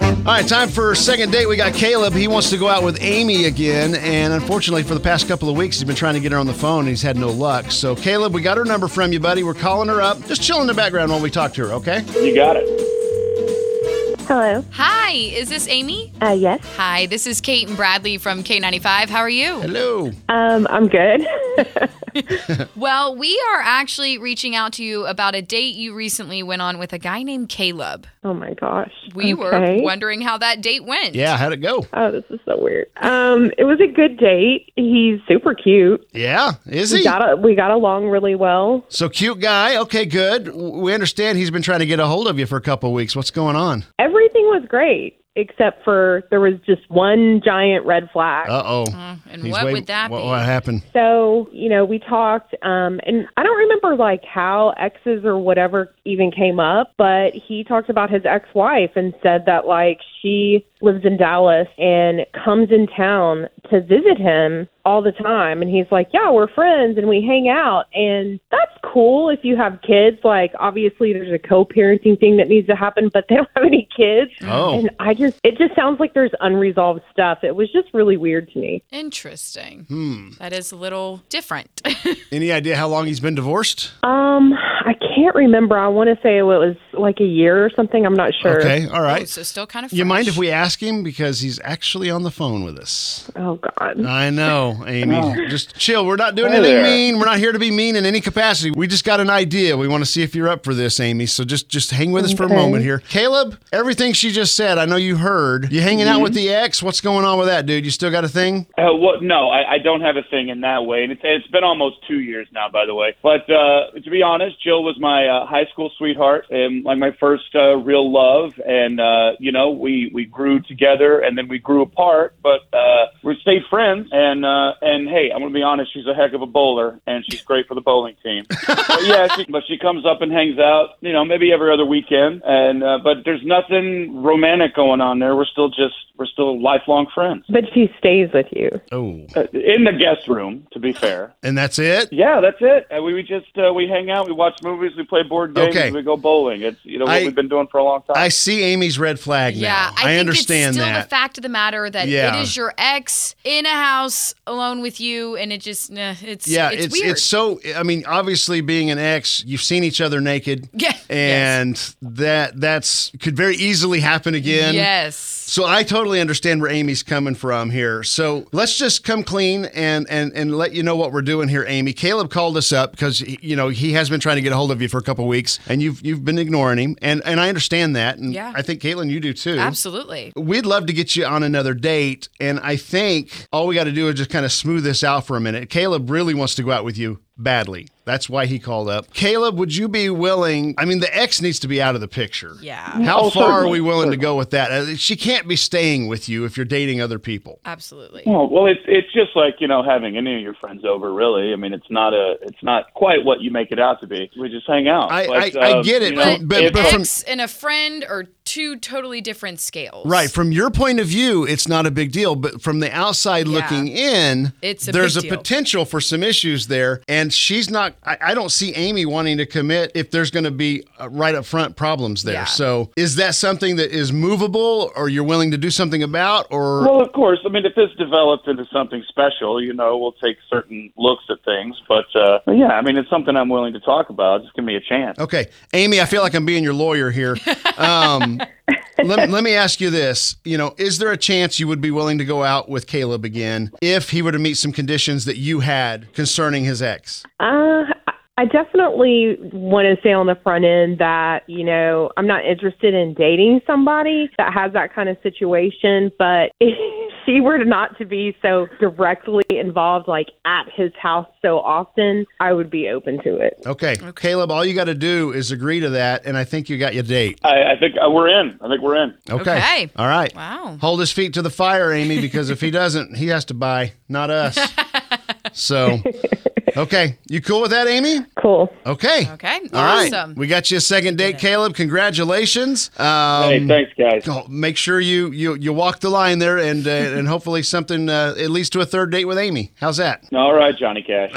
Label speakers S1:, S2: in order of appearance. S1: All right, time for second date. We got Caleb. He wants to go out with Amy again, and unfortunately, for the past couple of weeks, he's been trying to get her on the phone, and he's had no luck. So, Caleb, we got her number from you, buddy. We're calling her up. Just chill in the background while we talk to her, okay?
S2: You got it.
S3: Hello.
S4: Hi, is this Amy?
S3: Uh, yes.
S4: Hi, this is Kate and Bradley from K95. How are you?
S1: Hello.
S3: Um, I'm good.
S4: Well, we are actually reaching out to you about a date you recently went on with a guy named Caleb.
S3: oh my gosh.
S4: We
S3: Okay.
S4: were wondering how that date went.
S1: Yeah, how'd it go?
S3: Oh, this is so weird. Um, it was a good date. He's super cute.
S1: Yeah, is
S3: We
S1: he?
S3: got a, we got along really well.
S1: So cute guy. Okay, good. W- We understand he's been trying to get a hold of you for a couple of weeks. What's going on?
S3: Everything was great except for there was just one giant red flag.
S1: Uh oh.
S4: Mm, and what would that
S1: what,
S4: be?
S1: What happened?
S3: So, you know, we talked, um, and I don't remember like how exes or whatever even came up, but he talked about his ex wife and said that like she lives in Dallas and comes in town to visit him all the time. And he's like, yeah, we're friends and we hang out. And that's cool if you have kids. Like, obviously, there's a co parenting thing that needs to happen, but they don't have any kids.
S1: Oh.
S3: And I just, it just sounds like there's unresolved stuff. It was just really weird to me.
S4: Interesting. That is a little different.
S1: Any idea how long he's been divorced?
S3: Um, I can't remember. I want to say it was like a year or something. I'm not sure.
S1: Okay, all right.
S4: Oh, so still kind of.
S1: you mind if
S4: fresh.
S1: we ask him because he's actually on the phone with us?
S3: Oh God.
S1: I know, Amy. Just chill. We're not doing
S2: Hey
S1: anything
S2: there.
S1: mean. We're not here to be mean in any capacity. We just got an idea. We want to see if you're up for this, Amy. So just just hang with us for a
S3: Okay.
S1: moment here. Caleb, everything she just said, I know you heard. You hanging out with the ex? What's going on with that, dude? You still got a thing?
S2: Uh, what? No, I, I don't have a thing in that way, and it's, it's been almost two years now, by the way. But uh, to be honest, Jill was my uh, high school sweetheart, and like my first uh, real love. And uh, you know, we we grew together, and then we grew apart, but uh, we stayed friends. And uh, and hey, I'm gonna be honest, she's a heck of a bowler, and she's great for the bowling team. but yeah, she, but she comes up and hangs out, you know, maybe every other weekend. And uh, but there's nothing romantic going on there. We're still just we're still lifelong friends.
S3: But she stays with you.
S1: Oh,
S2: Uh, in the guest room, to be fair.
S1: and that's it.
S2: Yeah, that's it. Uh, we, we just uh, we hang out, we watch movies, we play board games,
S1: Okay.
S2: we go bowling. It's you know what
S1: I-
S2: we've been doing for a long time.
S1: I see Amy's red flag now.
S4: Yeah, I,
S1: I,
S4: think
S1: understand
S4: it's still
S1: that.
S4: the fact of the matter that
S1: Yeah.
S4: it is your ex in a house alone with you, and it just nah, it's
S1: yeah,
S4: it's,
S1: it's
S4: weird.
S1: so. I mean, obviously, being an ex, you've seen each other naked,
S4: Yeah,
S1: and that that's could very easily happen again.
S4: yes.
S1: So I totally understand where Amy's coming from here. So let's just come clean and and and let you know what we're doing here, Amy. Caleb called us up because you know he has been trying to get a hold of you for a couple weeks, and you've you've been ignoring him, and and I understand that, and
S4: Yeah.
S1: I think Caitlin, you do too.
S4: Absolutely.
S1: We'd love to get you on another date. And I think all we got to do is just kind of smooth this out for a minute. Caleb really wants to go out with you badly. That's why he called up. Caleb, would you be willing? I mean, the ex needs to be out of the picture.
S4: Yeah,
S1: How
S2: Oh,
S1: far are
S2: certainly,
S1: we willing to
S2: certainly.
S1: go with that? Uh, She can't be staying with you if you're dating other people.
S4: absolutely.
S2: Oh, well, it's it's just like you know having any of your friends over. Really, I mean, it's not a it's not quite what you make it out to be. We just hang out.
S1: I-
S2: But, um,
S1: I- I get it,
S2: you
S1: but- but-
S2: if-
S1: but from-
S4: ex and a friend are two totally different scales.
S1: Right. From your point of view, it's not a big deal. But from the outside
S4: Yeah.
S1: looking in,
S4: It's a
S1: there's
S4: big
S1: a
S4: deal.
S1: potential for some issues there. And she's not, I, I don't see Amy wanting to commit if there's going to be uh, right up front problems there.
S4: Yeah.
S1: So is that something that is movable or you're willing to do something about? Or,
S2: Well, of course. I mean, if this developed into something special, you know, we'll take certain looks at things. But uh, but yeah, I mean, it's something I'm willing to talk about. Just give me a chance.
S1: okay, Amy, I feel like I'm being your lawyer here. Um, let, let me ask you this. You know, is there a chance you would be willing to go out with Caleb again if he were to meet some conditions that you had concerning his ex?
S3: Uh, I- I definitely want to say on the front end that you know I'm not interested in dating somebody that has that kind of situation. But if she were not to be so directly involved, like at his house so often, I would be open to it.
S1: Okay. Caleb, all you got to do is agree to that, and I think you got your date.
S2: I, I think uh, we're in. I think we're in.
S1: Okay.
S4: Okay.
S1: All right.
S4: Wow.
S1: Hold his feet to the fire, Amy, because if he doesn't, he has to buy, not us. so, okay. You cool with that, Amy?
S3: Cool.
S1: Okay.
S4: Okay.
S1: All right.
S4: Awesome.
S1: We got you a second date, Caleb. Congratulations. Um,
S2: hey, thanks, guys.
S1: go- Make sure you, you you walk the line there, and uh, and hopefully something uh, it leads to a third date with Amy. How's that?
S2: All right, Johnny Cash.